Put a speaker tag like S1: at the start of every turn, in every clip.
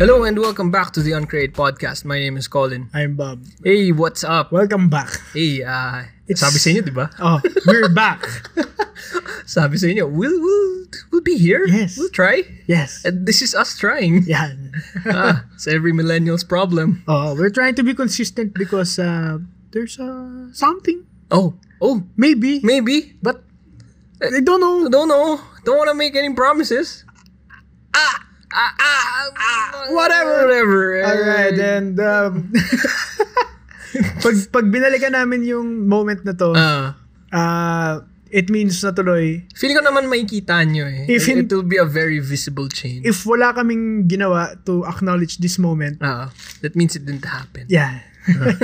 S1: Hello and welcome back to the Uncreate podcast. My name is Colin.
S2: I'm Bob.
S1: Hey, what's up?
S2: Welcome back.
S1: Hey, ah,
S2: It's-
S1: sabi sa inyo, di ba?
S2: Oh, we're back.
S1: Sabi sa inyo, we'll, we'll, we'll be here.
S2: Yes.
S1: We'll try.
S2: Yes.
S1: And this is us trying.
S2: Yan.
S1: Ah, it's every millennial's problem.
S2: oh, we're trying to be consistent because uh, there's uh, something.
S1: Oh, oh,
S2: Maybe.
S1: maybe.
S2: But I don't know.
S1: Don't know. Don't want to make any promises. Ah, ah, ah,
S2: whatever. ah.
S1: Whatever.
S2: Alright, and um, pag, pag binalikan namin yung moment na to,
S1: Ah,
S2: uh, it means na tuloy,
S1: feeling ko naman makikita nyo eh.
S2: If
S1: it,
S2: in-
S1: it will be a very visible change.
S2: if wala kaming ginawa to acknowledge this moment,
S1: Ah, that means it didn't happen.
S2: yeah.
S1: Ah.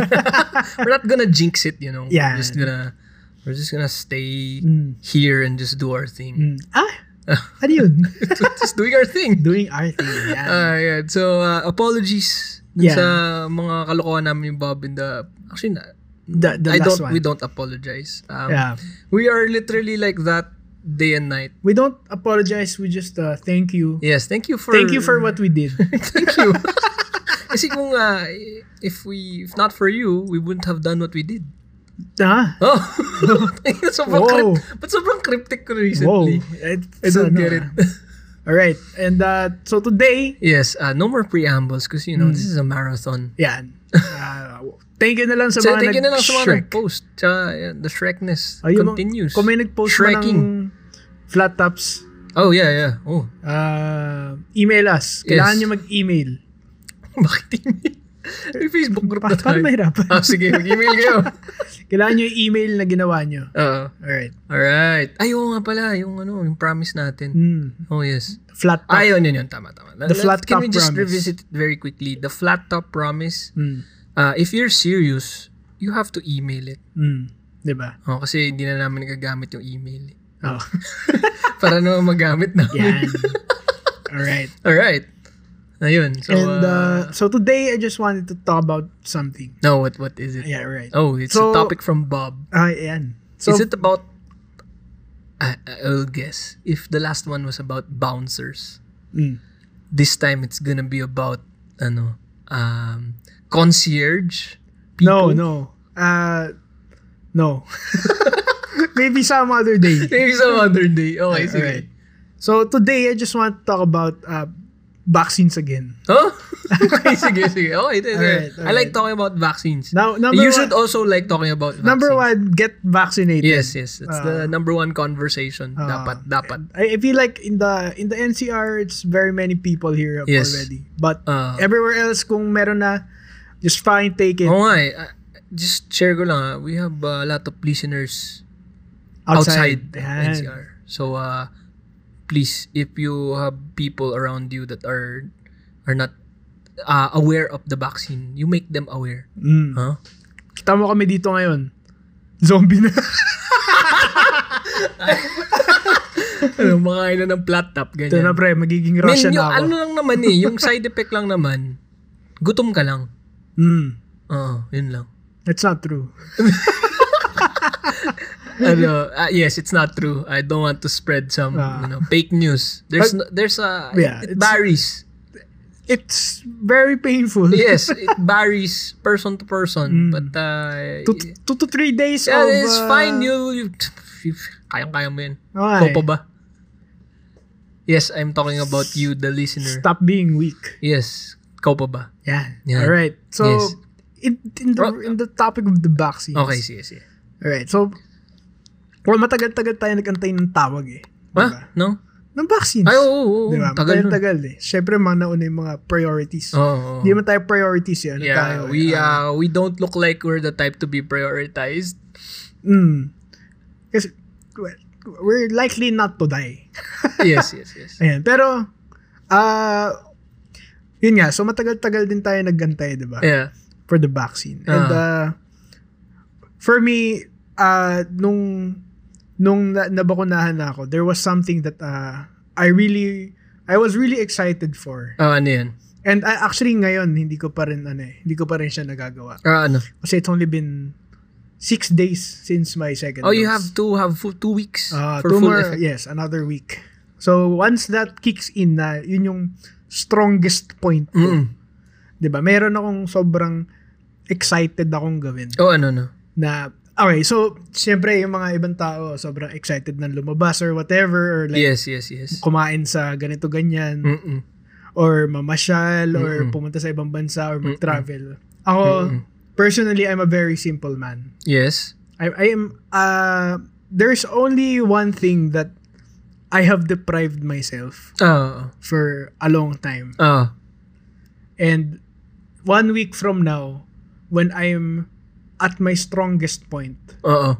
S1: we're not gonna jinx it, you know.
S2: Yeah.
S1: We're just gonna we're just gonna stay
S2: Mm.
S1: here and just do our thing.
S2: Mm. Ah? Ano yun?
S1: just doing our thing.
S2: Doing our thing. Yeah.
S1: Ah, yeah. So uh, apologies dun
S2: Yeah.
S1: sa mga kalokohan namin yung Bob in the actually na,
S2: The,
S1: I
S2: the last
S1: don't
S2: one.
S1: we don't apologize. Um,
S2: yeah.
S1: We are literally like that day and night.
S2: We don't apologize. We just uh, thank you.
S1: Yes, thank you for
S2: Thank you for what we did.
S1: thank you. Kasi kung uh, if we if not for you, we wouldn't have done what we did.
S2: ah,
S1: Oh. sobrang
S2: Wow.
S1: crypt, but sobrang cryptic ko
S2: whoa.
S1: recently.
S2: It's,
S1: I don't
S2: ano,
S1: get it.
S2: ah. All right. And uh, so today,
S1: Yes, uh, no more preambles because you know this
S2: Hmm.
S1: is a marathon.
S2: yan. Uh, thank you na lang sa
S1: So
S2: mga
S1: thank you na lang sa mga
S2: nag-Shrek.
S1: nag-post. Tsaka, yeah, the Shrekness
S2: Ah, yung mga-
S1: continues.
S2: Kung may nag-post pa
S1: Shreking.
S2: ng flat tops,
S1: Oh yeah, yeah. Oh,
S2: uh, email us. Kailangan
S1: Yes.
S2: nyo mag-email.
S1: bakit email? May Facebook group
S2: Pa-
S1: na tayo.
S2: para mahirapan.
S1: Ah, sige, mag-email kayo.
S2: Kailangan nyo yung email na ginawa nyo.
S1: Oo.
S2: All right.
S1: Alright. Ay, oo nga pala. Yung ano, yung promise natin.
S2: Mm.
S1: Oh, yes.
S2: Flat top.
S1: Ayun, yun, yun. Tama, tama.
S2: Ah. The flat
S1: Can we
S2: top
S1: just
S2: promise.
S1: revisit it very quickly? The flat top promise.
S2: Mm.
S1: Uh, if you're serious, you have to email it.
S2: Mm. Diba?
S1: Oh, kasi hindi na namin nagagamit yung email. eh.
S2: Oh.
S1: Para naman magamit na.
S2: yan. All right.
S1: All right. Ayun. So,
S2: and uh,
S1: uh,
S2: so today I just wanted to talk about something.
S1: no, what what is it?
S2: Yeah, right.
S1: Oh, it's a
S2: So-
S1: topic from Bob.
S2: Ah, yan. So
S1: is it about? I, I'll guess. If the last one was about bouncers,
S2: Mm.
S1: this time it's gonna be about ano um concierge. people?
S2: no, no. Uh no. Maybe some other day.
S1: Maybe some other day. Oh, Okay,
S2: Alright.
S1: sige.
S2: So today I just want to talk about uh vaccines again.
S1: Huh? okay, sige, sige. Okay, sige.
S2: Alright,
S1: I like
S2: alright.
S1: talking about vaccines.
S2: Now number
S1: you
S2: one,
S1: should also like talking about vaccines.
S2: number one, get vaccinated.
S1: Yes, yes. It's the number one conversation.
S2: Ah.
S1: dapat, dapat.
S2: I, I feel like in the in the NCR it's very many people here
S1: Yes.
S2: already. But
S1: Ah.
S2: everywhere else kung meron na just fine take it
S1: Oo nga eh. Ah, Just share ko lang ah. We have a lot of listeners outside,
S2: outside.
S1: of
S2: Yan.
S1: NCR. So, uh, please, if you have people around you that are are not uh, aware of the vaccine, you make them aware.
S2: Mm.
S1: Huh?
S2: Kita mo kami dito ngayon. Zombie na.
S1: ano, makain na ng flat top, ganyan.
S2: Ito na pre, magiging
S1: Men,
S2: Russian
S1: yung
S2: na ako.
S1: ano lang naman eh, yung side effect lang naman, gutom ka lang.
S2: Mm.
S1: Oo, yun lang.
S2: That's not true.
S1: ano, ah, yes, it's not true. I don't want to spread some
S2: Ah.
S1: you know, fake news. There's no, there's a
S2: Yeah,
S1: it,
S2: it's-
S1: varies.
S2: It's very painful.
S1: yes, it varies person to person,
S2: Mm.
S1: but uh,
S2: Two, two to three days
S1: yeah,
S2: of...
S1: it's
S2: uh,
S1: fine. You, you kayang-kaya mo yan.
S2: okay.
S1: Ikaw pa ba? Yes, I'm talking about you, the listener.
S2: Stop being weak.
S1: Yes, ikaw pa ba?
S2: Yeah.
S1: Yeah.
S2: All right. So,
S1: Yes.
S2: in, in, the,
S1: Oh.
S2: in the topic of the vaccines.
S1: Okay, sige, sige.
S2: All right. So, well, matagal-tagal tayo nagantay ng tawag eh. Diba?
S1: Ha? No?
S2: Ng vaccines.
S1: Ay, oo, oo, oo.
S2: Diba?
S1: Tagal nun.
S2: tagal eh. Siyempre, mga nauna yung mga priorities.
S1: Oo, oo.
S2: Hindi man tayo priorities yan. Ano tayo,
S1: Yeah,
S2: eh?
S1: we
S2: Ah.
S1: uh, we don't look like we're the type to be prioritized.
S2: Mm. Kasi, well, we're likely not to die.
S1: Yes, yes, yes.
S2: Ayan. Pero, ah, yun nga. So, matagal-tagal din tayo naggantay, di ba?
S1: Yeah.
S2: For the vaccine. And,
S1: Ah.
S2: uh, for me, ah, nung, nung na- nabakunahan na ako, there was something that, ah, I really, I was really excited for.
S1: Ah, ano yan?
S2: And ah, actually ngayon, hindi ko pa rin, ano eh, hindi ko pa rin siya nagagawa.
S1: Ah, ano?
S2: Kasi it's only been six days since my second
S1: Oh, you
S2: dose.
S1: have to have fu- two weeks
S2: Uh,
S1: for
S2: two
S1: full
S2: more,
S1: effect.
S2: yes, another week. So once that kicks in na, yun yung strongest point ko.
S1: Mm.
S2: 'Di ba? Meron akong sobrang excited akong gawin
S1: Oh, ano, no?
S2: na okay, so siyempre yung mga ibang tao sobrang excited na lumabas or whatever or like
S1: yes, yes, yes.
S2: kumain sa ganito ganyan
S1: Mm-mm.
S2: or mamasyal or
S1: Mm-mm.
S2: pumunta sa ibang bansa or
S1: Mm-mm.
S2: mag-travel. Ako
S1: Mm-mm.
S2: personally I'm a very simple man.
S1: Yes.
S2: I I am uh there's only one thing that I have deprived myself
S1: Ah,
S2: for a long time.
S1: ah,
S2: And one week from now when I'm at my strongest point,
S1: oo.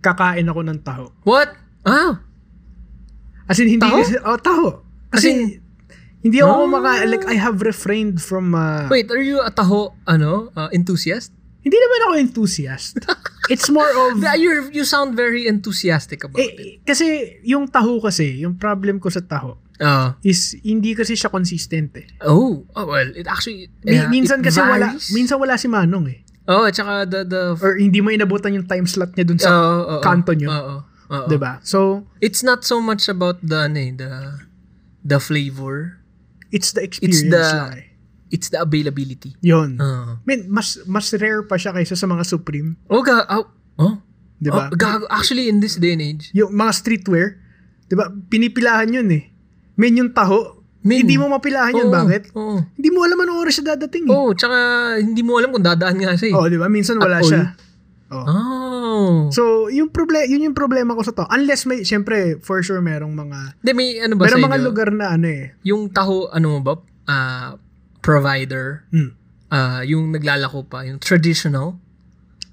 S2: kakain ako ng taho.
S1: What? Ah,
S2: As in, hindi
S1: Taho?
S2: kasi, oh, taho.
S1: As
S2: Kasi,
S1: in,
S2: hindi ako
S1: Ah.
S2: kumaka- like, I have refrained from, uh,
S1: wait, are you a taho, ano, uh, enthusiast?
S2: hindi naman ako enthusiast. It's more of,
S1: You you sound very enthusiastic about it.
S2: eh, kasi, yung taho kasi, yung problem ko sa taho,
S1: Ah.
S2: is, hindi kasi siya consistent eh.
S1: oh, oh, well, it actually,
S2: Mi-
S1: yeah,
S2: minsan
S1: it
S2: kasi wala,
S1: varies.
S2: minsan wala si Manong eh.
S1: oh, at saka the, the,
S2: Or hindi mo inabutan yung time slot niya
S1: Oo,
S2: dun sa,
S1: oo, oo.
S2: kanto nyo.
S1: Oo, oo.
S2: 'di ba So,
S1: It's not so much about the, ano eh, the, the flavor.
S2: it's the experience
S1: the- Oh.
S2: lang eh.
S1: It's the availability.
S2: Yun.
S1: Oo.
S2: Man, mas, mas rare pa siya kaysa sa mga Supreme.
S1: Uh, oh, ga, oh, oh,
S2: 'di ba
S1: Oh, gago. actually, in this day and age,
S2: yung mga streetwear, 'di ba? Pinipilahan 'yun eh. Men yung taho,
S1: Men.
S2: hindi mo mapilahan 'yun,
S1: Oo,
S2: bakit?
S1: Oo.
S2: Hindi mo alam anong oras siya dadating. Eh.
S1: Oh, tsaka hindi mo alam kung dadaan nga siya eh.
S2: Oh, 'di ba? Minsan wala
S1: At all.
S2: siya. Oh.
S1: Oh.
S2: So, yung problema, yun yung problema ko sa taho. Unless may syempre for sure merong mga
S1: Hindi, may ano ba
S2: merong
S1: sa
S2: mga
S1: inyo?
S2: lugar na ano eh.
S1: Yung taho, ano mo ba? Ah, provider.
S2: Hmm.
S1: Ah, yung naglalako pa. Yung traditional.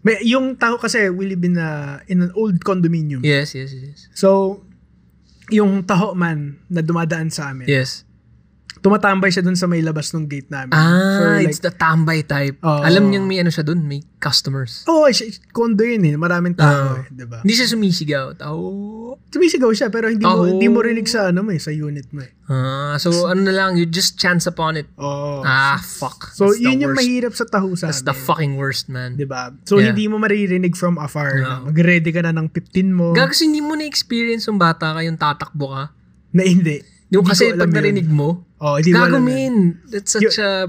S2: May, yung taho kasi we live in a, in an old condominium.
S1: Yes, yes, yes.
S2: So, yung taho man na dumadaan sa amin.
S1: Yes.
S2: Tumatambay siya dun sa may labas ng gate namin. For
S1: Ah,
S2: like- Oh.
S1: it's the tambay type.
S2: Oo.
S1: Alam niyang may ano siya doon, may customers.
S2: Oo, oh, condo yun eh. Maraming tao
S1: Ah.
S2: eh, 'di ba?
S1: Hindi siya sumisigaw. Taho.
S2: Sumisigaw siya pero hindi mo
S1: Taho.
S2: hindi mo rinig sa ano mo eh, sa unit mo eh.
S1: Ah, so ano na lang, you just chance upon it.
S2: Oo.
S1: Ah, fuck.
S2: Oh. so
S1: That's the
S2: yun yung
S1: worst.
S2: mahirap sa taho sa
S1: That's the
S2: amin,
S1: fucking worst, man.
S2: 'di ba? So
S1: Yeah.
S2: hindi mo maririnig from afar. na
S1: No.
S2: Mag-ready ka na ng 15 mo.
S1: Gago, kasi hindi mo na-experience yung bata ka, yung tatakbo ka.
S2: na hindi.
S1: Yung
S2: Hindi
S1: kasi
S2: ko alam
S1: pag
S2: yun.
S1: narinig mo,
S2: Oh, hindi mo
S1: gago
S2: alam. yun.
S1: min. That's such a,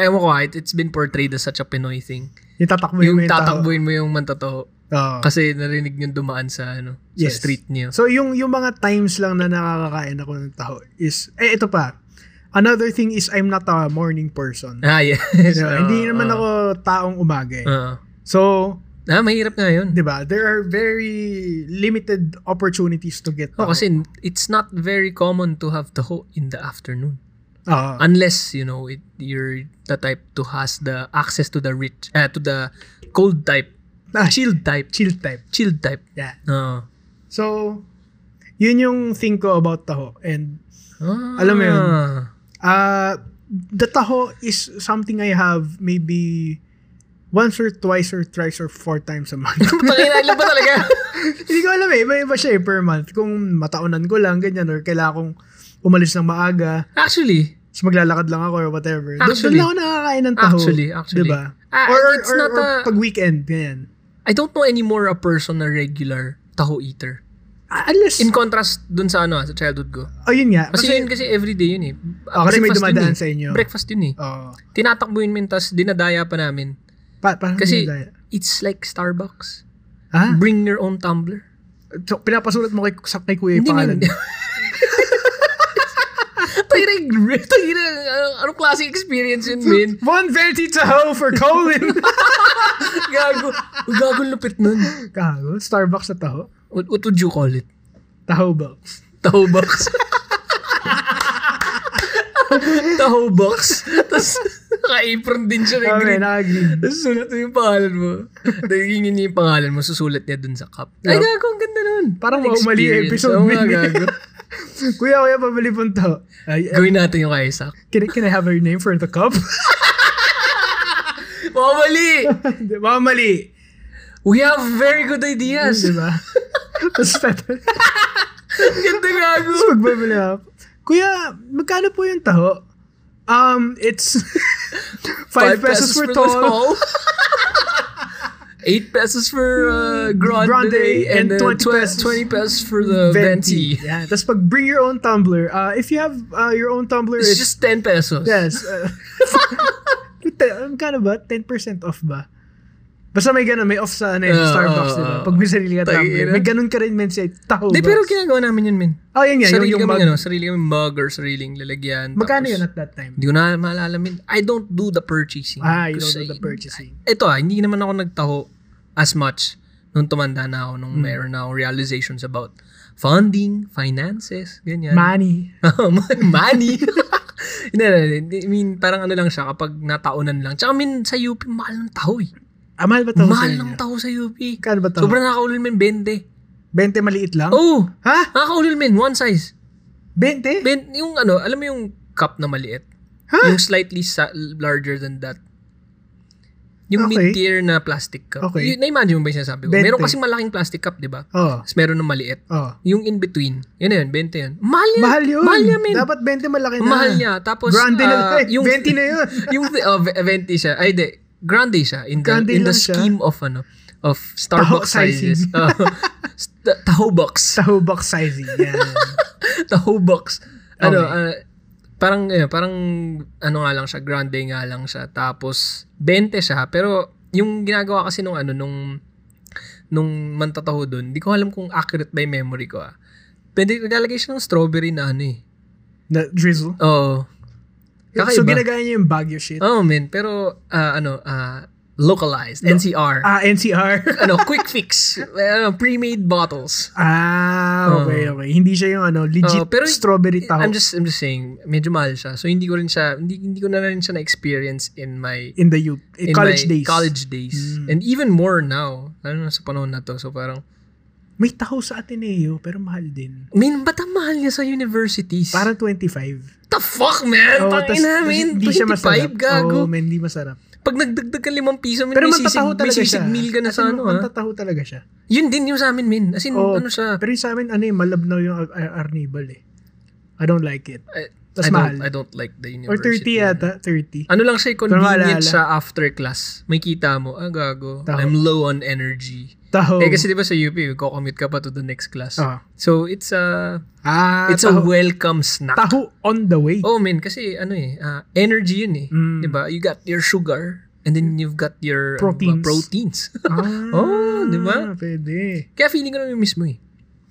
S1: ewan ko ah, it- it's been portrayed as such a Pinoy thing.
S2: Yung tatakbo
S1: Yung
S2: mo yung taho.
S1: tatakbuin mo yung mantataho.
S2: Oo.
S1: Kasi narinig niyo dumaan sa ano,
S2: Yes.
S1: sa street niyo.
S2: So yung yung mga times lang na nakakakain ako ng taho is eh ito pa. Another thing is I'm not a morning person.
S1: Ah, yes. uh,
S2: Di ba?
S1: Oo,
S2: hindi naman
S1: oo.
S2: ako taong umaga. eh.
S1: Oo.
S2: So,
S1: Ah, mahirap nga yun.
S2: 'di ba? There are very limited opportunities to get.
S1: Oh,
S2: taho.
S1: kasi it's not very common to have taho in the afternoon.
S2: Oo.
S1: Unless, you know, it, you're the type to has the access to the rich, uh, to the cold type,
S2: Ah, chill,
S1: chilled type,
S2: chill type.
S1: chilled type.
S2: Yeah.
S1: Oo.
S2: So, yun yung think ko about taho. And
S1: Ah.
S2: Alam mo yun? uh, the taho is something I have maybe once or twice or thrice or four times a month.
S1: Tangina, ilan ba talaga?
S2: Hindi ko alam eh. May iba siya eh per month. Kung mataunan ko lang, ganyan. Or kailangan kong umalis ng maaga.
S1: actually,
S2: Tapos maglalakad lang ako or whatever. Doon-
S1: Actually.
S2: Doon lang ako nakakain ng taho.
S1: actually, actually.
S2: Diba?
S1: Ah,
S2: or,
S1: it's
S2: or,
S1: not
S2: or
S1: a-
S2: pag weekend, ganyan.
S1: I don't know anymore a person na regular taho eater.
S2: Ah, Unless,
S1: In contrast dun sa ano, sa childhood ko.
S2: oh yun nga.
S1: Kasi, yun kasi everyday yun eh.
S2: Ah, kasi may
S1: Breakfast yun
S2: dumadaan
S1: eh.
S2: sa inyo.
S1: Breakfast yun eh.
S2: Oh,
S1: Tinatakbuhin mo yun, tas dinadaya pa namin.
S2: pa, parang
S1: Kasi-
S2: yun dahil-
S1: It's like Starbucks.
S2: Ah?
S1: Bring your own tumbler.
S2: So, pinapasulat mo kay, sa, kay kuya yung
S1: Hindi,
S2: pangalan.
S1: hindi.
S2: mo.
S1: Tangina, yung- tangina, ano- anong klase experience yun, min?
S2: One Verti Taho for Colin.
S1: Gago. Uy, Gago lupit nun.
S2: Kago, Starbucks na Taho.
S1: What, what would you call it?
S2: Taho box.
S1: Taho box. Taho box. Tapos, naka-apron din siya ng
S2: Okay,
S1: green.
S2: naka-green.
S1: Tapos sulat mo yung pangalan mo. Nagingin niya yung pangalan mo, susulat niya dun sa cup. Ay,
S2: Yeah.
S1: gago, ang ganda nun.
S2: Parang
S1: An
S2: maumali yung
S1: experience. Oh
S2: episode,
S1: Oo
S2: min.
S1: nga, gago.
S2: kuya, kuya, pabili pong Taho. Ay, ay,
S1: Gawin natin yung kay Isaac.
S2: can, I- can I have her name for the cup?
S1: Maumali!
S2: Di ba? Mali.
S1: We have very good ideas.
S2: Di ba? Tapos tatalo.
S1: Ang ganda gago.
S2: Tapos magbabili ako. Kuya, magkano po yung Taho? Um, it's 5 pesos, for
S1: the
S2: tall.
S1: tall. 8 pesos for uh, grande,
S2: Grande
S1: and,
S2: and
S1: then
S2: 20
S1: 20, pesos.
S2: pesos.
S1: 20 pesos for the venti.
S2: Yeah. Tapos pag bring your own tumbler, uh, if you have uh, your own tumbler,
S1: It's
S2: it's,
S1: just 10 pesos.
S2: yes. Uh, kano ba? 10% off ba? Basta may ganun, may off sa ano, yun,
S1: Oo,
S2: Starbucks,
S1: oo,
S2: diba?
S1: oo.
S2: Pag may sarili ka
S1: Tangina.
S2: tumbler. May ganun ka rin, men, sa taho.
S1: Di,
S2: box.
S1: eh, pero ginagawa namin yun, men.
S2: Oh, yun nga,
S1: sarili
S2: yung, yung
S1: kami,
S2: mag-
S1: ano, sarili kami mug or sariling lalagyan.
S2: Magkano
S1: tapos-
S2: yun at that time?
S1: Hindi ko na maalala, min. I don't do the purchasing.
S2: Ah, you don't
S1: Kasi-
S2: do the purchasing.
S1: Ito ah, hindi naman ako nagtaho as much nung tumanda na ako, nung
S2: Hmm.
S1: meron na akong realizations about funding, finances, ganyan.
S2: Money.
S1: Money. Hindi, hindi, hindi. I mean, parang ano lang siya kapag nataunan lang. Tsaka I mean, sa UP, mahal ng taho eh.
S2: Ah, mahal ba tawag sa
S1: Mahal ng
S2: inyo?
S1: taho sa UP.
S2: Kano ba tawag?
S1: Sobrang nakakaulol min, 20.
S2: 20 maliit lang?
S1: Oh,
S2: Ha?
S1: nakakaulol min, one size.
S2: 20?
S1: Ben, yung ano, alam mo yung cup na maliit?
S2: Ha?
S1: Yung slightly sa- larger than that. Yung
S2: Okay.
S1: mid-tier na plastic cup.
S2: Okay.
S1: Y- na-imagine mo ba yung sinasabi ko?
S2: Bente.
S1: Meron kasi malaking plastic cup, di ba?
S2: Oo.
S1: Tapos meron ng maliit.
S2: Oo.
S1: Yung in-between. Yun na yun, 20 yun. Mahal yan.
S2: oh. Mahal yun.
S1: Mahal yan, men.
S2: Dapat 20 malaki na.
S1: Mahal niya. Tapos,
S2: Grande na
S1: ah,
S2: lang. Yung, 20 na yun.
S1: yung oh, ve- 20 siya. Ay, di. Grande siya. In the,
S2: Grande
S1: in the
S2: lang siya.
S1: scheme of ano, of Starbucks
S2: sizing.
S1: sizes. Oh. St- taho box.
S2: Sa hubak sizing. Yan.
S1: Taho box. Ano,
S2: Okay.
S1: ah, parang, eh, parang, ano nga lang siya, grande nga lang siya. Tapos, 20 siya. Pero, yung ginagawa kasi nung ano, nung, nung mantataho dun, di ko alam kung accurate by memory ko ah. Pwede, naglalagay siya ng strawberry na ano eh.
S2: na drizzle.
S1: Oo.
S2: So,
S1: Kakaiba.
S2: ginagaya niya yung Baguio shit.
S1: Oh man, pero ah, ano, ah, localized, NCR.
S2: Ah, NCR.
S1: ano, quick fix. Ano, pre-made bottles.
S2: ah, okay, okay. Hindi siya yung ano, legit
S1: Oh, pero-
S2: strawberry taho
S1: I'm just I'm just saying, medyo mahal siya. So hindi ko rin siya hindi, hindi ko na rin siya na-experience in my
S2: in the youth. eh,
S1: in
S2: college
S1: my
S2: days.
S1: College days.
S2: Mm.
S1: And even more now. Lalo na sa panahon na to. So parang,
S2: May taho sa Ateneo, pero mahal din.
S1: man, ba't ang mahal niya sa universities?
S2: Parang 25.
S1: the fuck, man?
S2: Oo, tas-
S1: Tangina,
S2: tas
S1: man.
S2: Hindi siya
S1: 25,
S2: masarap.
S1: gago.
S2: Oo, men, hindi masarap.
S1: Pag nagdagdag ka limang piso, man,
S2: Pero
S1: may sisig,
S2: mantataho
S1: may
S2: talaga siya.
S1: sisig meal ka na sa
S2: As in,
S1: ano, ha?
S2: Mantataho talaga siya.
S1: Yun din yung sa amin, min. As in,
S2: Oo.
S1: ano siya,
S2: Pero yung sa amin, ano eh, malabnaw yung Ar- Ar- Arnibal eh. I don't like it.
S1: I, I
S2: Tas mahal.
S1: Don't, I don't like the
S2: Or
S1: university.
S2: 30 yata, 30.
S1: Ano lang siya,
S2: maalala.
S1: convenient sa after class. May kita mo, ah gago,
S2: Taho.
S1: I'm low on energy.
S2: Taho.
S1: Eh kasi di ba sa UP, kocommute ka pa to the next class.
S2: Ah.
S1: So it's a
S2: Ah,
S1: it's a
S2: taho,
S1: welcome snack.
S2: taho on the way.
S1: Oh man, kasi ano eh, ah, energy yun eh.
S2: Mm.
S1: Di ba? You got your sugar and then you've got your ano ba,
S2: Proteins.
S1: proteins.
S2: Ah,
S1: Oh, di ba?
S2: Pwede.
S1: Kaya feeling ko namin mismo eh.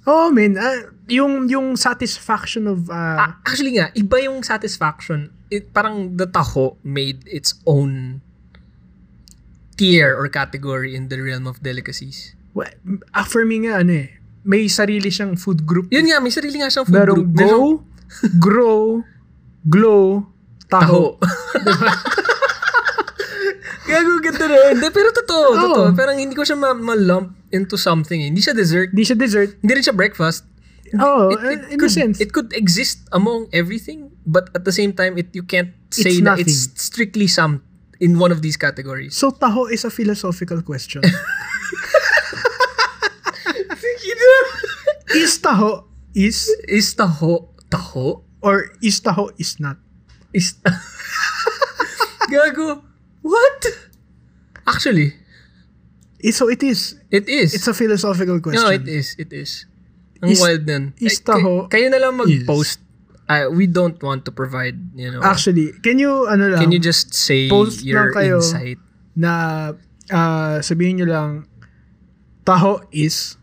S2: Oh, man. ah, yung, yung satisfaction of... ah,
S1: Ah, actually nga, iba yung satisfaction. It, parang the taho made its own tier or category in the realm of delicacies.
S2: wa- ah, for me nga, ano eh, may sarili siyang food group.
S1: Yun nga, may sarili nga siyang food
S2: Merong
S1: group.
S2: go,
S1: Merong
S2: grow, glow,
S1: taho.
S2: taho.
S1: Gago, ganda na. Hindi, pero totoo,
S2: Oo.
S1: totoo. Parang hindi ko siya ma- ma-lump into something. eh. Hindi siya dessert.
S2: Hindi siya dessert.
S1: Hindi rin siya breakfast.
S2: Oh,
S1: It, it
S2: ah, in
S1: could,
S2: a sense.
S1: It could exist among everything, but at the same time, it you can't say
S2: It's
S1: na
S2: nothing.
S1: it's strictly some in one of these categories.
S2: so, taho is a philosophical question. is taho is
S1: is taho taho?
S2: or is taho is not?
S1: Is Gago. What? Actually,
S2: Eh, So it is.
S1: it is.
S2: It's a philosophical question.
S1: No, it is. It is. Ang
S2: Is-
S1: wild nun. Eh,
S2: is
S1: kay-
S2: taho-
S1: kayo na lang mag-post. Ah, we don't want to provide, you know.
S2: Actually, can you ano lang
S1: can you just say
S2: post
S1: your
S2: lang kayo.
S1: insight?
S2: na ah, sabihin nyo lang taho is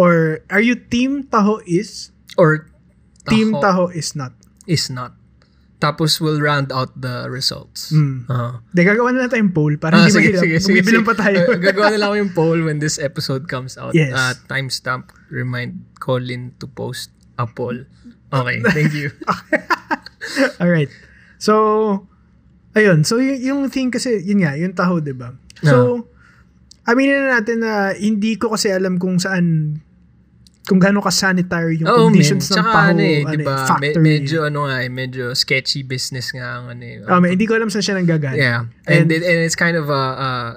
S2: or are you team taho is
S1: Or taho
S2: team taho is not.
S1: is not. Tapos we'll round out the results.
S2: Mm.
S1: Ah.
S2: De, gagawa na natin yung poll para
S1: Ah,
S2: hindi
S1: sige,
S2: mahirap.
S1: sige, sige,
S2: Bumibilang
S1: sige.
S2: pa tayo.
S1: Ah, gagawa na lang ako yung poll when this episode comes out.
S2: Yes.
S1: Ah, timestamp, remind Colin to post a poll. Okay, thank you.
S2: Alright. So, ayun. So, yung, yung thing kasi, yun nga, yung taho, di ba? So,
S1: Ah.
S2: aminin na natin na hindi ko kasi alam kung saan, kung gaano ka-sanitary yung
S1: Oo, man.
S2: conditions ng
S1: Tsaka
S2: taho,
S1: ano eh,
S2: ano
S1: di
S2: eh,
S1: ba? Me-
S2: factory.
S1: medyo ano nga eh, medyo sketchy business nga ang ano eh.
S2: Ah, man, hindi ko alam saan siya nanggagaling.
S1: yeah. And,
S2: And-
S1: it- and it's kind of a, uh,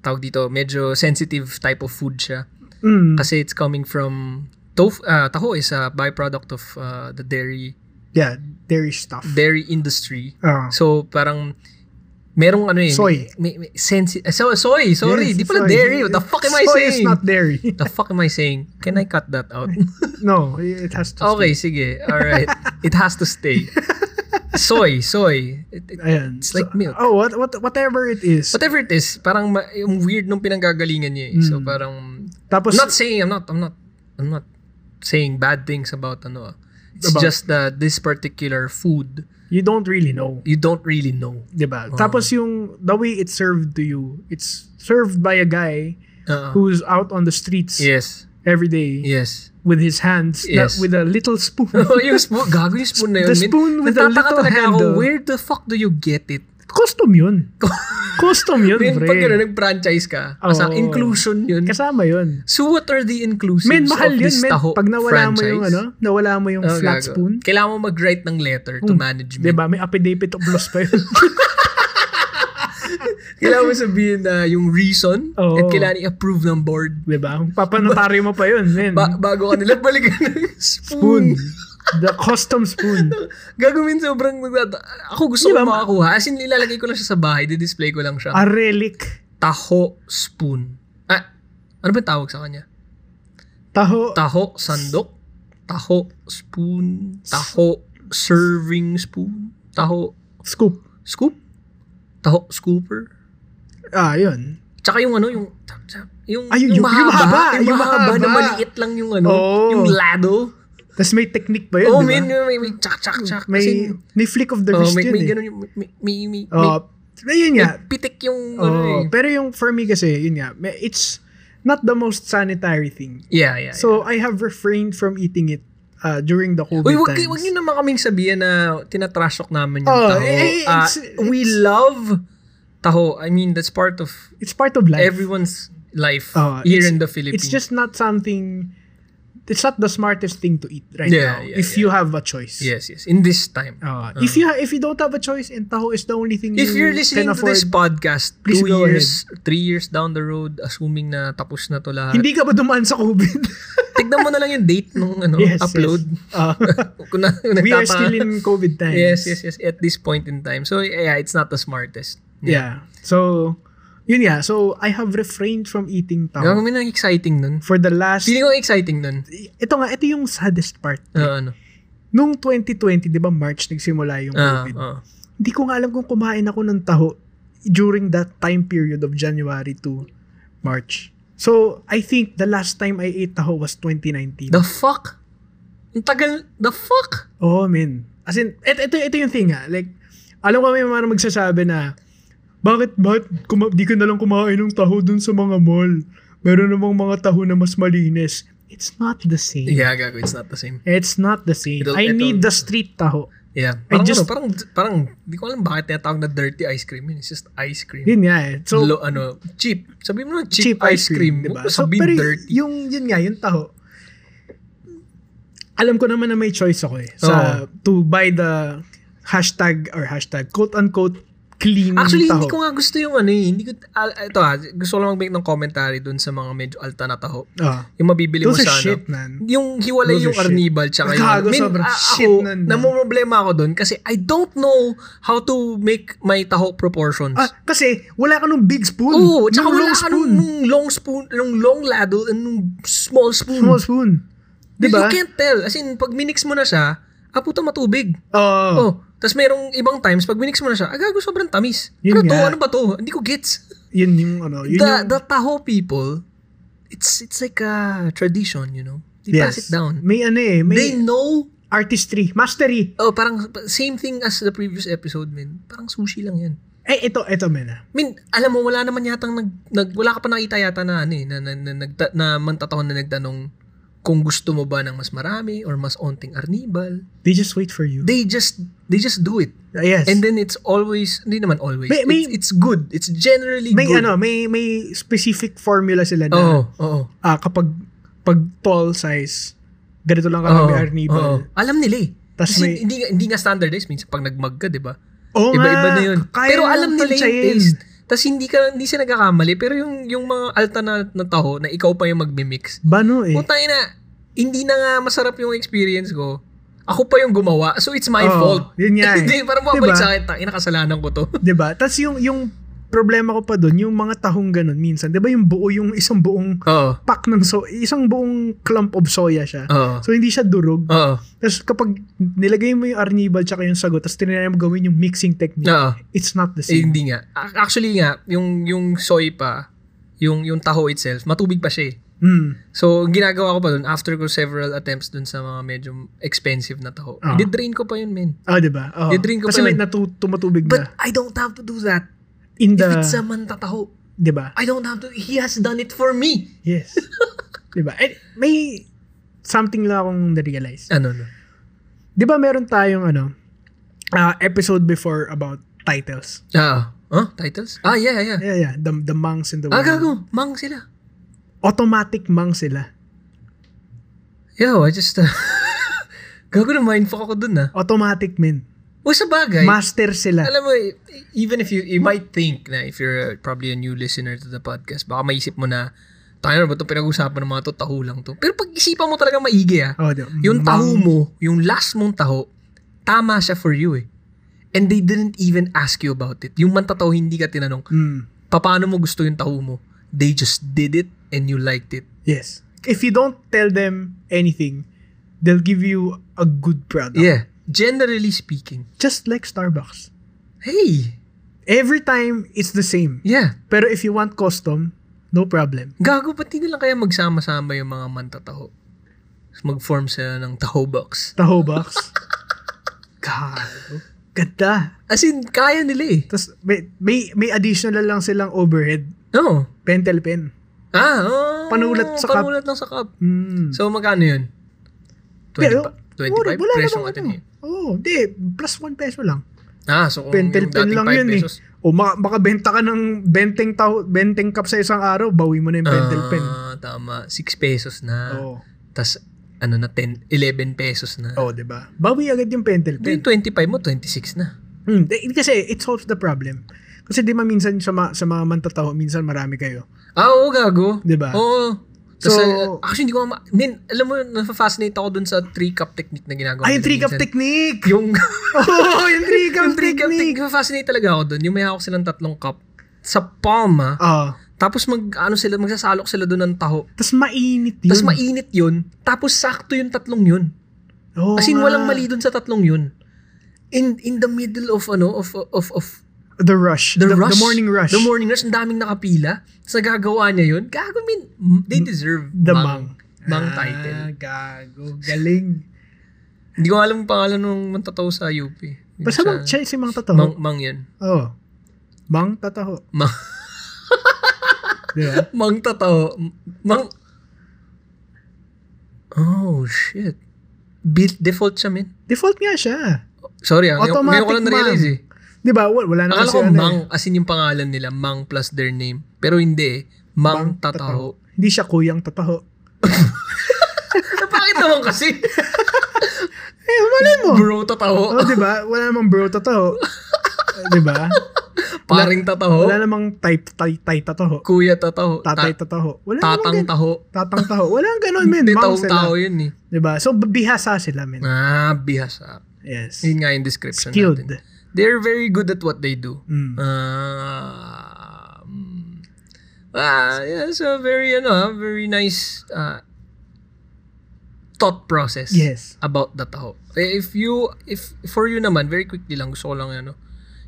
S1: tawag dito, medyo sensitive type of food siya.
S2: Mm,
S1: Kasi it's coming from, tofu, ah, taho is a byproduct of ah, the dairy
S2: yeah, dairy stuff.
S1: dairy industry.
S2: Ah,
S1: So parang Merong ano eh.
S2: Soy.
S1: May, may, sensi- ah, so, soy, sorry. Di
S2: Yes,
S1: pala
S2: soy.
S1: dairy. What the fuck am I
S2: Soy
S1: saying?
S2: is not dairy.
S1: the fuck am I saying? Can I cut that out?
S2: no, it has to
S1: okay, sige. All right. It has to stay. Soy, soy. It- it-
S2: Ayan.
S1: It's like milk.
S2: Oh, what, what, whatever it is.
S1: whatever it is, parang ma- yung weird nung pinanggagalingan niya eh.
S2: Hmm.
S1: So parang
S2: Tapos,
S1: I'm not saying I'm not I'm not I'm not saying bad things about ano. ah. It's
S2: About-
S1: just that this particular food
S2: you don't really know.
S1: you don't really know.
S2: Diba? Tapos yung, the way it's served to you, it's served by a guy
S1: Uh,
S2: who's out on the streets
S1: yes.
S2: every day
S1: Yes.
S2: with his hands,
S1: Yes. Oh,
S2: na- with a little spoon.
S1: yung spoon, gago yung spoon na yun.
S2: The
S1: Min-
S2: spoon with the
S1: Nagtataka
S2: little
S1: talaga
S2: handle.
S1: Ako, where the fuck do you get it?
S2: Custom yun. Custom yun,
S1: Min, pag
S2: pre.
S1: gano'n, nag-franchise ka, kasama,
S2: Oo.
S1: inclusion yun.
S2: Kasama yun.
S1: so what are the inclusives
S2: Men, mahal
S1: of
S2: yun,
S1: this
S2: men.
S1: taho
S2: Pag nawala
S1: franchise?
S2: mo yung ano, nawala mo yung
S1: Oo,
S2: flat
S1: gago.
S2: spoon.
S1: Kailangan mo mag-write ng letter to management.
S2: Diba? May affidavit of loss pa yun.
S1: Kailangan mo sabihin na yung reason
S2: Oo.
S1: at kailangan i-approve ng board
S2: diba? Papanotaryo mo pa yun, men.
S1: ba- bago ka nila balikan ng spoon.
S2: Hmm. spoon. The custom spoon.
S1: Gagawin sobrang nagdada- Ako gusto
S2: Diba, Ah.
S1: ko makakuha. As in, ilalagay ko lang siya sa bahay. Didisplay ko lang siya.
S2: A relic.
S1: Taho spoon. Ah, ano ba yung tawag sa kanya?
S2: Taho.
S1: Taho sandok. Taho spoon. Taho serving spoon. Taho
S2: scoop.
S1: scoop. Taho scooper.
S2: Ah, yun.
S1: Tsaka yung ano, yung... Yung,
S2: Ay, yung- yung mahaba,
S1: Yung,
S2: yung
S1: mahaba,
S2: mahaba.
S1: na maliit lang yung ano.
S2: Oo.
S1: Yung lado.
S2: Tapos may technique ba yun?
S1: Oh,
S2: diba?
S1: man, may, may, may chak chak chak.
S2: May,
S1: Kasi,
S2: may flick of the
S1: oh,
S2: wrist
S1: may,
S2: yun
S1: may
S2: eh.
S1: ganun yung, may, may, may,
S2: Oh, pero yun
S1: may
S2: nga.
S1: pitik yung, ano
S2: Oh,
S1: eh.
S2: pero yung for me kasi, yun nga, may- it's not the most sanitary thing.
S1: Yeah, yeah. So,
S2: So, I have refrained from eating it uh, during the COVID
S1: Uy, wag,
S2: times.
S1: wag nyo naman kaming sabihin na tinatrashok namin yung
S2: Oh,
S1: taho.
S2: eh,
S1: Ah,
S2: it's-
S1: we
S2: it's-
S1: love taho. I mean, that's part of
S2: it's part of life.
S1: everyone's life
S2: Oh,
S1: here
S2: it's-
S1: in the Philippines.
S2: It's just not something, it's not the smartest thing to eat right
S1: Yeah,
S2: now
S1: yeah,
S2: if
S1: yeah.
S2: you have a choice.
S1: Yes, yes. In this time.
S2: Uh, if you ha- if you don't have a choice and taho is the only thing
S1: If
S2: you
S1: you're listening
S2: can
S1: to this
S2: afford,
S1: podcast
S2: Please
S1: two
S2: go
S1: years, three years down the road, assuming na tapos na to lahat,
S2: hindi ka ba dumaan sa COVID?
S1: tignan mo na lang yung date nung ano,
S2: yes,
S1: upload.
S2: yes. Ah,
S1: Kung na, kung
S2: we are
S1: nagtataka-
S2: still in COVID times.
S1: Yes, yes, yes. At this point in time. So, yeah, it's not the smartest.
S2: Yeah. So, yun yeah. So, I have refrained from eating
S1: Ang
S2: taho
S1: may nang exciting nun.
S2: for the last...
S1: Feeling ko exciting nun.
S2: Ito nga, ito yung saddest part.
S1: Oo, ano.
S2: Nung 2020, di ba March, nagsimula yung
S1: Ah,
S2: COVID.
S1: ah.
S2: Hindi ko nga alam kung kumain ako ng taho during that time period of January to March. So, I think the last time I ate taho was 2019.
S1: The fuck? Ang tagal, the fuck?
S2: Oh, man. As in, ito, ito, ito yung thing ha. Like, alam ko may mga magsasabi na, bakit, bakit kuma- di ka nalang kumain ng taho dun sa mga mall? Meron namang mga taho na mas malinis. It's not the same.
S1: Yeah, gago, it's not the same.
S2: It's not the same.
S1: It'll-
S2: I
S1: it'll-
S2: need the street taho.
S1: Yeah.
S2: I
S1: Parang,
S2: just-
S1: ano, parang, parang, di ko alam bakit tinatawag na dirty ice cream yun. It's just ice cream.
S2: Yun nga eh. So,
S1: Lo, ano, cheap. Sabi mo na cheap,
S2: cheap ice cream,
S1: Huwag
S2: diba?
S1: mo
S2: So,
S1: sabihin
S2: pero y-
S1: dirty.
S2: yung, yun nga, yung taho, alam ko naman na may choice ako eh. Sa, to buy the hashtag or hashtag quote-unquote clean
S1: Actually,
S2: Mm, taho.
S1: hindi ko nga gusto yung ano eh. Hindi ko, al- ito ha, gusto ko lang mag-make ng commentary dun sa mga medyo alta na taho.
S2: Ah.
S1: Yung mabibili mo
S2: Those are
S1: sa ano.
S2: shit, man.
S1: Yung hiwalay
S2: Those
S1: yung
S2: are shit.
S1: Arnibal tsaka yung... ano.
S2: Gago,
S1: Min,
S2: sobrang
S1: a-
S2: shit
S1: ako,
S2: nun, man.
S1: namumroblema ako dun kasi I don't know how to make my taho proportions.
S2: Ah, kasi wala ka nung big spoon.
S1: Oo, tsaka
S2: Nung
S1: wala
S2: long
S1: ka nung, nung long spoon, nung long ladle, and nung small spoon.
S2: Small spoon.
S1: You
S2: Diba?
S1: can't tell. As in, pag minix mo na siya, ah, puta matubig.
S2: Oo.
S1: Oh. Tapos merong ibang times, pag minix mo na siya, agago sobrang tamis. ano
S2: Yun
S1: to?
S2: nga.
S1: Ano ba to? Hindi ko gets.
S2: Yun yung ano.
S1: the,
S2: Yun yung,
S1: the Taho people, it's it's like a tradition, you know? They pass it down.
S2: May ano eh. May
S1: They know
S2: artistry. Mastery.
S1: Oh, parang same thing as the previous episode, man. Parang sushi lang yan.
S2: Eh, ito, ito mena.
S1: I mean, alam mo, wala naman yatang nag, nag wala ka pa nakita yata na, ano, eh, na, na, na, nagta, na mantatahon na nagtanong kung gusto mo ba ng mas marami or mas onting arnibal.
S2: They just wait for you.
S1: They just, they just do it.
S2: Ah, yes.
S1: And then it's always, hindi naman always,
S2: May- may-
S1: it's, it's good. It's generally
S2: may
S1: good.
S2: ano, may may specific formula sila na
S1: Oo, oo.
S2: ah, kapag pag tall size, ganito lang
S1: Oo,
S2: karami arnibal.
S1: oo. Alam nila eh.
S2: Tas
S1: Kasi
S2: may-
S1: hindi, nga- hindi nga standardized. Minsan pag nagmag ka, di ba?
S2: Oo nga,
S1: Iba-iba na yun.
S2: kaya
S1: pero
S2: lang
S1: alam nila yung
S2: tansyahin.
S1: taste. Tapos hindi, ka, hindi siya nagkakamali. Pero yung, yung mga alta na, na taho na ikaw pa yung magmimix.
S2: Bano eh.
S1: Putang ina, hindi na nga masarap yung experience ko. Ako pa yung gumawa. So it's my
S2: Oo,
S1: fault.
S2: yun nga eh.
S1: Hindi, parang babalik
S2: Diba?
S1: sa akin, tangina kasalanan ko to.
S2: Diba? Tapos yung, yung problema ko pa doon, yung mga tahong ganun minsan, diba yung buo, yung isang buong
S1: Oo.
S2: pack ng so isang buong clump of soya siya.
S1: Oo.
S2: So hindi siya durog.
S1: Oo.
S2: Tapos kapag nilagay mo yung arnibal tsaka yung sagot, tapos tinry mo gawin yung mixing technique,
S1: Oo.
S2: it's not the
S1: Eh,
S2: same.
S1: hindi nga. A- Actually nga, yung yung soy pa, yung yung taho itself, matubig pa siya eh.
S2: Mm.
S1: So, ang ginagawa ko pa dun, after ko several attempts dun sa mga medyo expensive na taho,
S2: Ah.
S1: didrain ko pa yun, men.
S2: Ah, diba? Oo.
S1: Didrain ko
S2: Kasi
S1: pa
S2: may
S1: yun.
S2: natu- tumatubig
S1: But
S2: na.
S1: I don't have to do that.
S2: In the,
S1: If it's a manta taho,
S2: diba?
S1: I don't have to. He has done it for me.
S2: Yes. diba? And may something lang akong na-realize.
S1: Ano, no?
S2: Diba meron tayong ano, ah, episode before about titles.
S1: Ah, huh? Titles? Ah, yeah, yeah.
S2: Yeah, yeah. The, the monks in the
S1: Ah,
S2: world.
S1: gago. Mang sila.
S2: Automatic monks sila.
S1: Yo, I just... Uh, gago na mindfuck ako dun, ah.
S2: Automatic men.
S1: O, sa bagay.
S2: Master sila.
S1: Alam mo, e- even if you, you might think na if you're uh, probably a new listener to the podcast, baka maisip mo na, tayo na ba itong pinag-usapan ng mga to, taho lang to. Pero pag-isipan mo talaga maigi ah,
S2: Oh, diba?
S1: yung
S2: Mang-
S1: taho mo, yung last mong taho, tama siya for you eh. And they didn't even ask you about it. Yung mantataw, hindi ka tinanong,
S2: Mm,
S1: paano mo gusto yung taho mo? They just did it and you liked it.
S2: yes. If you don't tell them anything, they'll give you a good product.
S1: Yeah. Generally speaking.
S2: Just like Starbucks.
S1: Hey!
S2: Every time, it's the same.
S1: Yeah.
S2: Pero if you want custom, no problem.
S1: Gago, ba't di nila kaya magsama-sama yung mga mantataho? Tapos Mag-form sila ng taho box.
S2: Taho box. Gago. Ganda.
S1: As in, kaya nila eh.
S2: Tapos may, may, may additional lang silang overhead.
S1: Oo.
S2: Pentel pen.
S1: Ah, oo.
S2: Panulat sa cup.
S1: Panulat lang sa cup.
S2: Mm.
S1: So, magkano yun? 20
S2: Pero,
S1: pa- 25
S2: wala
S1: peso
S2: namang
S1: ata
S2: ano.
S1: yun.
S2: Oo, di. Plus 1 peso lang.
S1: Ah, so kung
S2: Pentel
S1: yung
S2: pen
S1: dating
S2: lang
S1: 5
S2: yun
S1: pesos.
S2: eh. O maka, makabenta ka ng 20, tao, 20 cup sa isang araw, bawi mo na yung pentel pen. Oh.
S1: Ah, tama. 6 pesos na.
S2: Oo.
S1: Tapos, ano na, 10, 11 pesos na.
S2: Oo, Oh, di ba? Bawi agad yung pentel
S1: Hindi,
S2: pen.
S1: yung 25 mo, 26 na.
S2: Hmm, di- kasi it solves the problem. Kasi di ba minsan sa, ma, sa mga mantataho, minsan marami kayo.
S1: Ah, oo, gago.
S2: Di ba?
S1: Oo.
S2: So-
S1: So,
S2: uh,
S1: actually, hindi ko ma- Min, alam mo, nafascinate ako dun sa 3 cup technique na ginagawa.
S2: Ay, Ah, yung
S1: nila
S2: 3 cup
S1: minsan.
S2: technique!
S1: Yung,
S2: Oo, yung 3 cup
S1: yung 3 cup
S2: technique!
S1: technique. Fascinate talaga ako dun. Yung may hawak silang tatlong cup. Sa palm, ah.
S2: Oo.
S1: Tapos mag, ano sila, magsasalok sila dun ng taho.
S2: Tapos mainit yun.
S1: Tapos mainit yun. Tapos sakto yung tatlong yun.
S2: Oo
S1: As in,
S2: Oh, nga.
S1: walang mali dun sa tatlong yun. In in the middle of ano of of of
S2: The rush.
S1: the, rush,
S2: The morning rush.
S1: The morning rush, ang daming nakapila. Sa gagawa niya yun, gago min, m- they deserve
S2: The
S1: mang,
S2: Mang.
S1: mang
S2: Ah,
S1: title.
S2: gago. Galing.
S1: Hindi ko alam yung pangalan ng mantataw sa UP. Yung sa-
S2: Basta mang, siya si Mang Tataho.
S1: mang, mang yan.
S2: Oo. Mang Tataho.
S1: Mang,
S2: Di ba?
S1: mang tataw. Mang... Oh, shit. Built default siya, min.
S2: Default nga siya.
S1: Sorry ah, ngayon,
S2: Automatic
S1: ngayon ko lang na-realize
S2: mang.
S1: eh.
S2: Di ba? Wal- Wala na
S1: Akala
S2: kasi
S1: ko
S2: ano eh.
S1: Mang, as in yung pangalan nila, Mang plus their name. Pero hindi eh. Mang, Tataho.
S2: Hindi siya kuyang Tataho.
S1: Napakit naman kasi.
S2: Eh, malay mo.
S1: Bro Tataho.
S2: Oh, di ba? Wala namang bro Tataho. Eh, di ba?
S1: Paring Tataho.
S2: Wala namang type tay, tay Tataho.
S1: Kuya Tataho. Oh.
S2: Tatay
S1: ta-
S2: Tataho. Wala
S1: tatang
S2: namang ganun.
S1: Taho.
S2: Tatang Taho. Wala nang ganun, men.
S1: Hindi,
S2: Mang
S1: tao-tao
S2: sila.
S1: yun eh.
S2: Di ba? So, bihasa sila, men.
S1: Ah, bihasa.
S2: Yes.
S1: Yun nga yung description
S2: Skilled.
S1: natin. They're very good at what they do.
S2: Mm.
S1: Ah, mm. ah, yeah, so very, ano, ah, very nice ah, thought process.
S2: Yes.
S1: about the taho. Eh, If you, if for you naman, very quickly lang, gusto ko lang ano,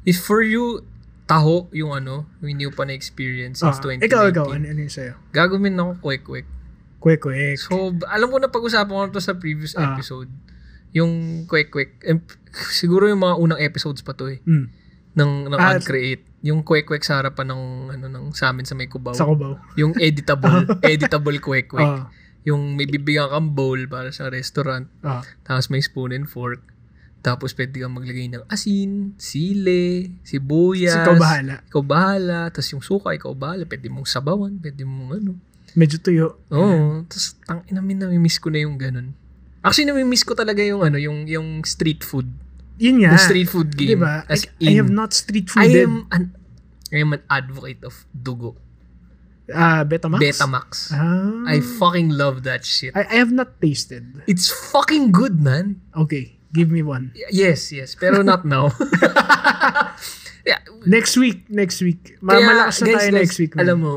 S1: if for you, taho yung ano, yung hindi ko pa na-experience since
S2: Ah,
S1: 2019.
S2: ikaw, ikaw. Ano, ano yung sa'yo?
S1: Gagawin ako quick-quick.
S2: Kwek-kwek.
S1: So, b- alam ko na pag-usapan ko na to sa previous
S2: Ah.
S1: episode. Yung quick-quick. Em, siguro yung mga unang episodes pa to eh,
S2: Mm.
S1: ng, ng
S2: Ah,
S1: Uncreate. Yung quick-quick sa harapan ng, ano, ng, sa amin sa may kubaw.
S2: Sa Cubao.
S1: yung editable, editable quick-quick.
S2: Ah.
S1: Yung may bibigyan kang bowl para sa restaurant.
S2: Ah.
S1: Tapos may spoon and fork. Tapos pwede kang maglagay ng asin, sile, sibuyas.
S2: Ikaw bahala.
S1: Ikaw bahala. Tapos yung suka, ikaw bahala. Pwede mong sabawan, pwede mong ano.
S2: Medyo tuyo.
S1: Oo. Tapos tang inamin, namimiss ko na yung ganun. Actually, namimiss ko talaga yung ano, yung, yung street food.
S2: Yun nga.
S1: Yung street food game.
S2: Diba?
S1: As
S2: Ah, I, I
S1: in,
S2: have not street
S1: I
S2: fooded.
S1: am an, I am an advocate of dugo.
S2: Ah, Betamax?
S1: Betamax.
S2: Ah.
S1: I fucking love that shit.
S2: I, I have not tasted.
S1: It's fucking good, man.
S2: Okay, give me one.
S1: Y- Yes, yes. Pero not now. yeah,
S2: Next week, next week. Ma-
S1: Kaya,
S2: malakas na
S1: guys,
S2: tayo
S1: guys,
S2: next week. man.
S1: Alam mo,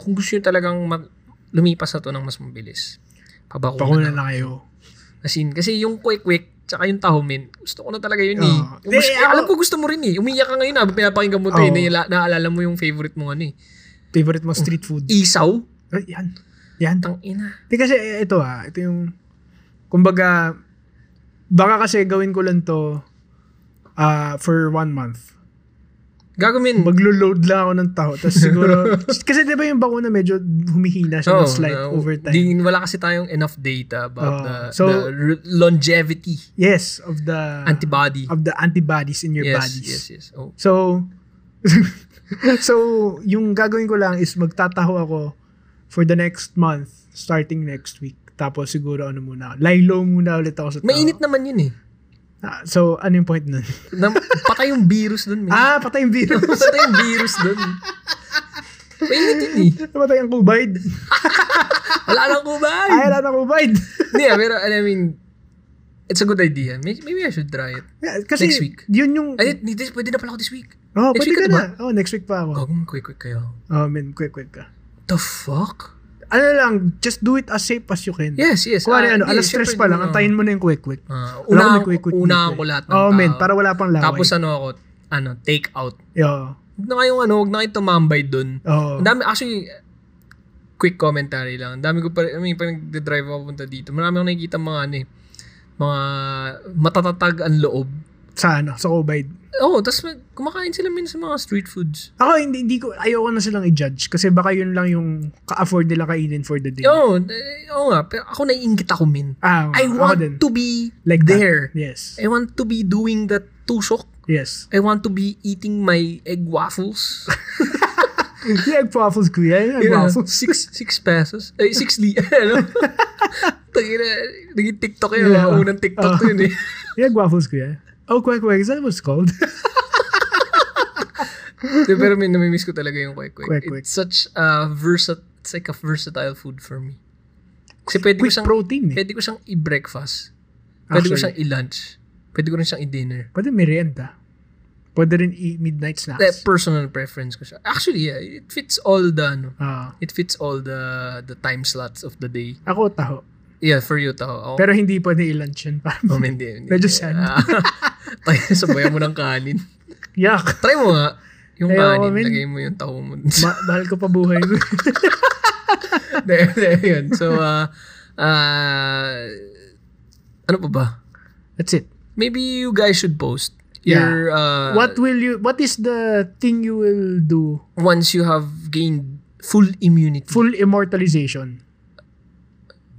S1: kung gusto nyo talagang mag- lumipas na to ng mas mabilis, pabakuna,
S2: Pakuna
S1: na.
S2: na kayo.
S1: As in, kasi yung quick-quick, tsaka yung taho, min, gusto ko na talaga yun
S2: Oo.
S1: eh. Kung
S2: Ah. Hindi,
S1: gusto-
S2: ako- Oh.
S1: alam ko gusto mo rin eh. Umiyak ka ngayon habang pinapakinggan mo to eh.
S2: Oo.
S1: Naila- Naaalala mo yung favorite mo ano eh.
S2: Favorite mo street food.
S1: Isaw?
S2: Ay, yan. Yan.
S1: Tang ina.
S2: Di kasi eh, ito ah, ito yung kumbaga baka kasi gawin ko lang to ah, for one month.
S1: Gago min.
S2: Maglo-load lang ako ng tao. Tapos siguro, kasi di ba yung bakuna medyo humihina siya
S1: Oo,
S2: ng slight
S1: na-
S2: over time.
S1: Oh, Di, wala kasi tayong enough data about
S2: Oo.
S1: the,
S2: So-
S1: the r- longevity,
S2: yes, of the
S1: antibody.
S2: of the antibodies in your
S1: yes,
S2: bodies.
S1: yes, yes. Oh.
S2: So, so yung gagawin ko lang is magtataho ako for the next month, starting next week. Tapos siguro ano muna, lie low muna ulit ako sa tao.
S1: Mainit naman yun eh.
S2: Ah, so, ano yung point nun?
S1: Na, patay yung virus dun. min.
S2: ah, patay yung virus.
S1: Patay yung virus dun. Mainit yun eh.
S2: patay ang COVID.
S1: Wala lang ko ba?
S2: Ay, wala na COVID.
S1: Hindi, ah, pero I mean, it's a good idea. May- Maybe I should try it.
S2: Yeah, Kasi,
S1: Next week.
S2: yun yung...
S1: Ay, hindi, this- pwede na pala ako this week.
S2: oh,
S1: next
S2: pwede
S1: week
S2: ka
S1: ka
S2: na. Oh, next week pa ako.
S1: Gago mo, quick-quick kayo.
S2: Oh, man, quick, quick ka.
S1: The fuck?
S2: Ano lang, just do it as safe as you can.
S1: Yes, yes.
S2: Kuwari,
S1: Ah,
S2: ano,
S1: hindi,
S2: alas stress
S1: syempre,
S2: pa lang,
S1: ano,
S2: antayin mo na yung quick, quick.
S1: ah,
S2: Wala
S1: una,
S2: akong quick-quick
S1: una
S2: dito
S1: ako
S2: eh.
S1: lahat ng
S2: Oh,
S1: tao.
S2: man, para wala pang laway.
S1: Tapos ano ako, ano, take out.
S2: Yo.
S1: Huwag na kayong ano, huwag na kayong tumambay dun.
S2: Oh.
S1: Ang dami, actually, quick commentary lang. Ang dami ko pa, I mean, pag nagde-drive ako punta dito, marami akong nakikita mga ano eh, mga matatatag ang loob.
S2: Sa ano, sa COVID.
S1: Oo, oh, tapos kumakain sila minsan sa mga street foods.
S2: Ako, hindi, hindi ko, ayoko na silang i-judge. Kasi baka yun lang yung ka-afford nila kainin for the day.
S1: Oo, eh, oo nga, pero ako naiingit ako min.
S2: Ah,
S1: I
S2: ako
S1: want
S2: din.
S1: to be
S2: Like that.
S1: there.
S2: Yes.
S1: I want to be doing that tusok.
S2: Yes.
S1: I want to be eating my egg waffles.
S2: Yung egg waffles, kuya. Yung egg
S1: Yun na,
S2: waffles.
S1: six, six pesos. Ay, six li. ano? Tangina, naging TikTok yun.
S2: Yeah.
S1: ah. Unang TikTok
S2: Ah.
S1: yun eh.
S2: Yung egg waffles, kuya. Oh, quick, quick. Is that what it's called?
S1: Di, pero may namimiss ko talaga yung kwek kwek.
S2: Kwek-kwek.
S1: It's such a versatile, it's like a versatile food for me. Kasi pwede ko
S2: quick
S1: siyang,
S2: protein eh.
S1: pwede ko siyang i-breakfast. Pwede ko
S2: Actually.
S1: siyang i-lunch. Pwede ko rin siyang i-dinner.
S2: Pwede merienda. Pwede rin i- midnight
S1: Eh,
S2: snacks.
S1: personal preference ko siya. Actually, yeah, it fits all the, ano,
S2: Ah,
S1: it fits all the the time slots of the day.
S2: ako taho.
S1: Yeah, for you to. Oh,
S2: Pero hindi pwede i-lunch yun.
S1: oh, hindi, hindi.
S2: Medyo sad.
S1: Ah, Tayo, sabayan mo ng kanin.
S2: Yuck.
S1: Try mo nga. Yung
S2: Ayoko,
S1: kanin,
S2: man.
S1: lagay mo yung taho mo.
S2: Ma- mahal ko pa buhay ko.
S1: there, there, yun. So, uh, uh, ano pa ba?
S2: That's it.
S1: Maybe you guys should post
S2: Yeah.
S1: your, uh,
S2: What will you, what is the thing you will do?
S1: once you have gained full immunity.
S2: Full immortalization.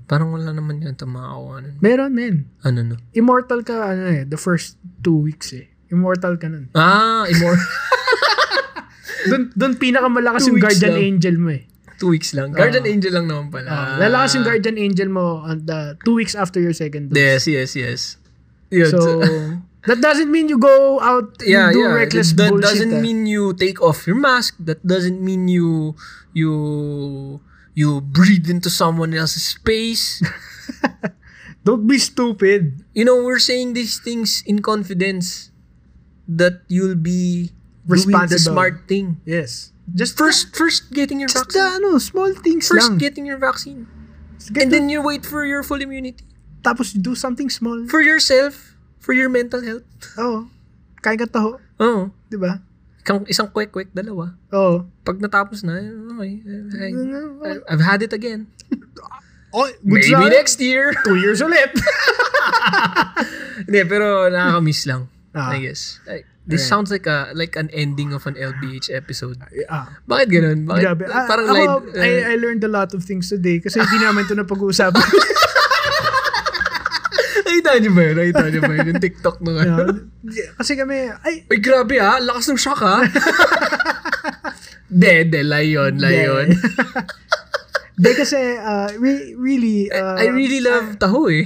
S1: Parang wala naman yun tumakawa. Ano,
S2: Meron, men.
S1: ano no?
S2: Immortal ka, ano eh, the first two weeks eh. Immortal ka nun.
S1: Ah, immor
S2: Doon, doon pinakamalakas
S1: Two
S2: yung
S1: weeks
S2: guardian
S1: lang.
S2: angel mo eh.
S1: two weeks lang. Guardian Angel lang naman pala.
S2: Ah, lalakas yung guardian angel mo on the two weeks after your second dose.
S1: Yes, yes, yes. Yun.
S2: So, that doesn't mean you go out and
S1: yeah,
S2: do
S1: yeah.
S2: reckless
S1: that
S2: bullshit.
S1: doesn't
S2: ah.
S1: mean you take off your mask. That doesn't mean you you you breathe into someone else's space.
S2: Don't be stupid.
S1: you know, we're saying these things in confidence that you'll be doing the
S2: Responsible.
S1: smart thing.
S2: Yes. Just
S1: First, first getting your
S2: just the
S1: vaccine.
S2: ano, small things
S1: First
S2: lang.
S1: getting your vaccine,
S2: Get
S1: and
S2: to-
S1: then you wait for your full immunity
S2: tapos do something small.
S1: for yourself, for your mental health.
S2: Oo. Kaya ka taho,
S1: Oh,
S2: 'di ba?
S1: isang, isang quick quick dalawa.
S2: Oo.
S1: Pag natapos na, okay. I,
S2: Oh,
S1: I've had it again.
S2: good
S1: Maybe
S2: luck.
S1: next year.
S2: two years ulit.
S1: Hindi, pero nakakamiss lang.
S2: Ah.
S1: I guess. Like, this
S2: Alright.
S1: sounds like a like an ending of an LBH episode.
S2: ah,
S1: Bakit ganun? Bakit?
S2: grabe. Ah,
S1: parang
S2: ako,
S1: light,
S2: I,
S1: uh,
S2: I learned a lot of things today kasi hindi namin ito napag-uusapan.
S1: Nakita niyo ba yun? Nakita niyo ba yun? Yung TikTok nung ano.
S2: kasi kami, ay,
S1: Ay, grabe ha. Lakas ng shock ha. de, de, layon, layon.
S2: di kasi, ah, re- really, ah,
S1: I really love taho eh.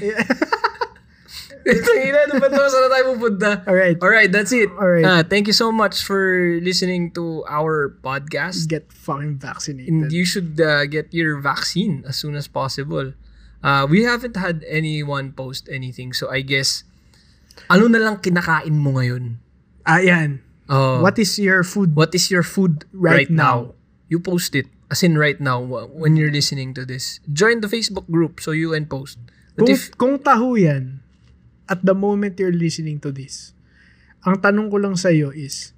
S1: Tangina, ano ba ito? Saan na tayo pupunta?
S2: Alright.
S1: Alright, that's it.
S2: Alright.
S1: Ah, thank you so much for listening to our podcast.
S2: Get fucking vaccinated.
S1: And you should uh, get your vaccine as soon as possible. Uh, we haven't had anyone post anything. So I guess, ano na lang kinakain mo ngayon?
S2: Ayan.
S1: Oh,
S2: What is your food?
S1: what is your food right,
S2: Right
S1: now?
S2: now.
S1: You post it. As in right now, wh- when you're listening to this. Join the Facebook group so you can post. But
S2: Kung,
S1: if,
S2: kung taho yan, at the moment you're listening to this, ang tanong ko lang sa'yo is,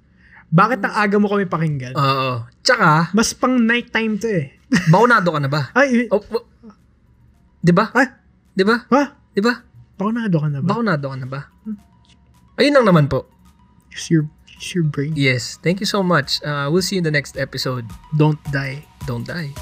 S2: bakit ang aga mo kami pakinggan?
S1: oo. uh, Tsaka,
S2: Mas pang nighttime to eh.
S1: bakunado ka na ba?
S2: Ay,
S1: Oh, w- di ba?
S2: ah,
S1: Di ba?
S2: ha?
S1: Di ba?
S2: Bakunado ka na ba?
S1: Bakunado ka na ba?
S2: Hmm.
S1: Ayun lang naman po.
S2: Use your, use your brain.
S1: Yes. Thank you so much. Uh, we'll see you in the next episode.
S2: Don't die.
S1: Don't die.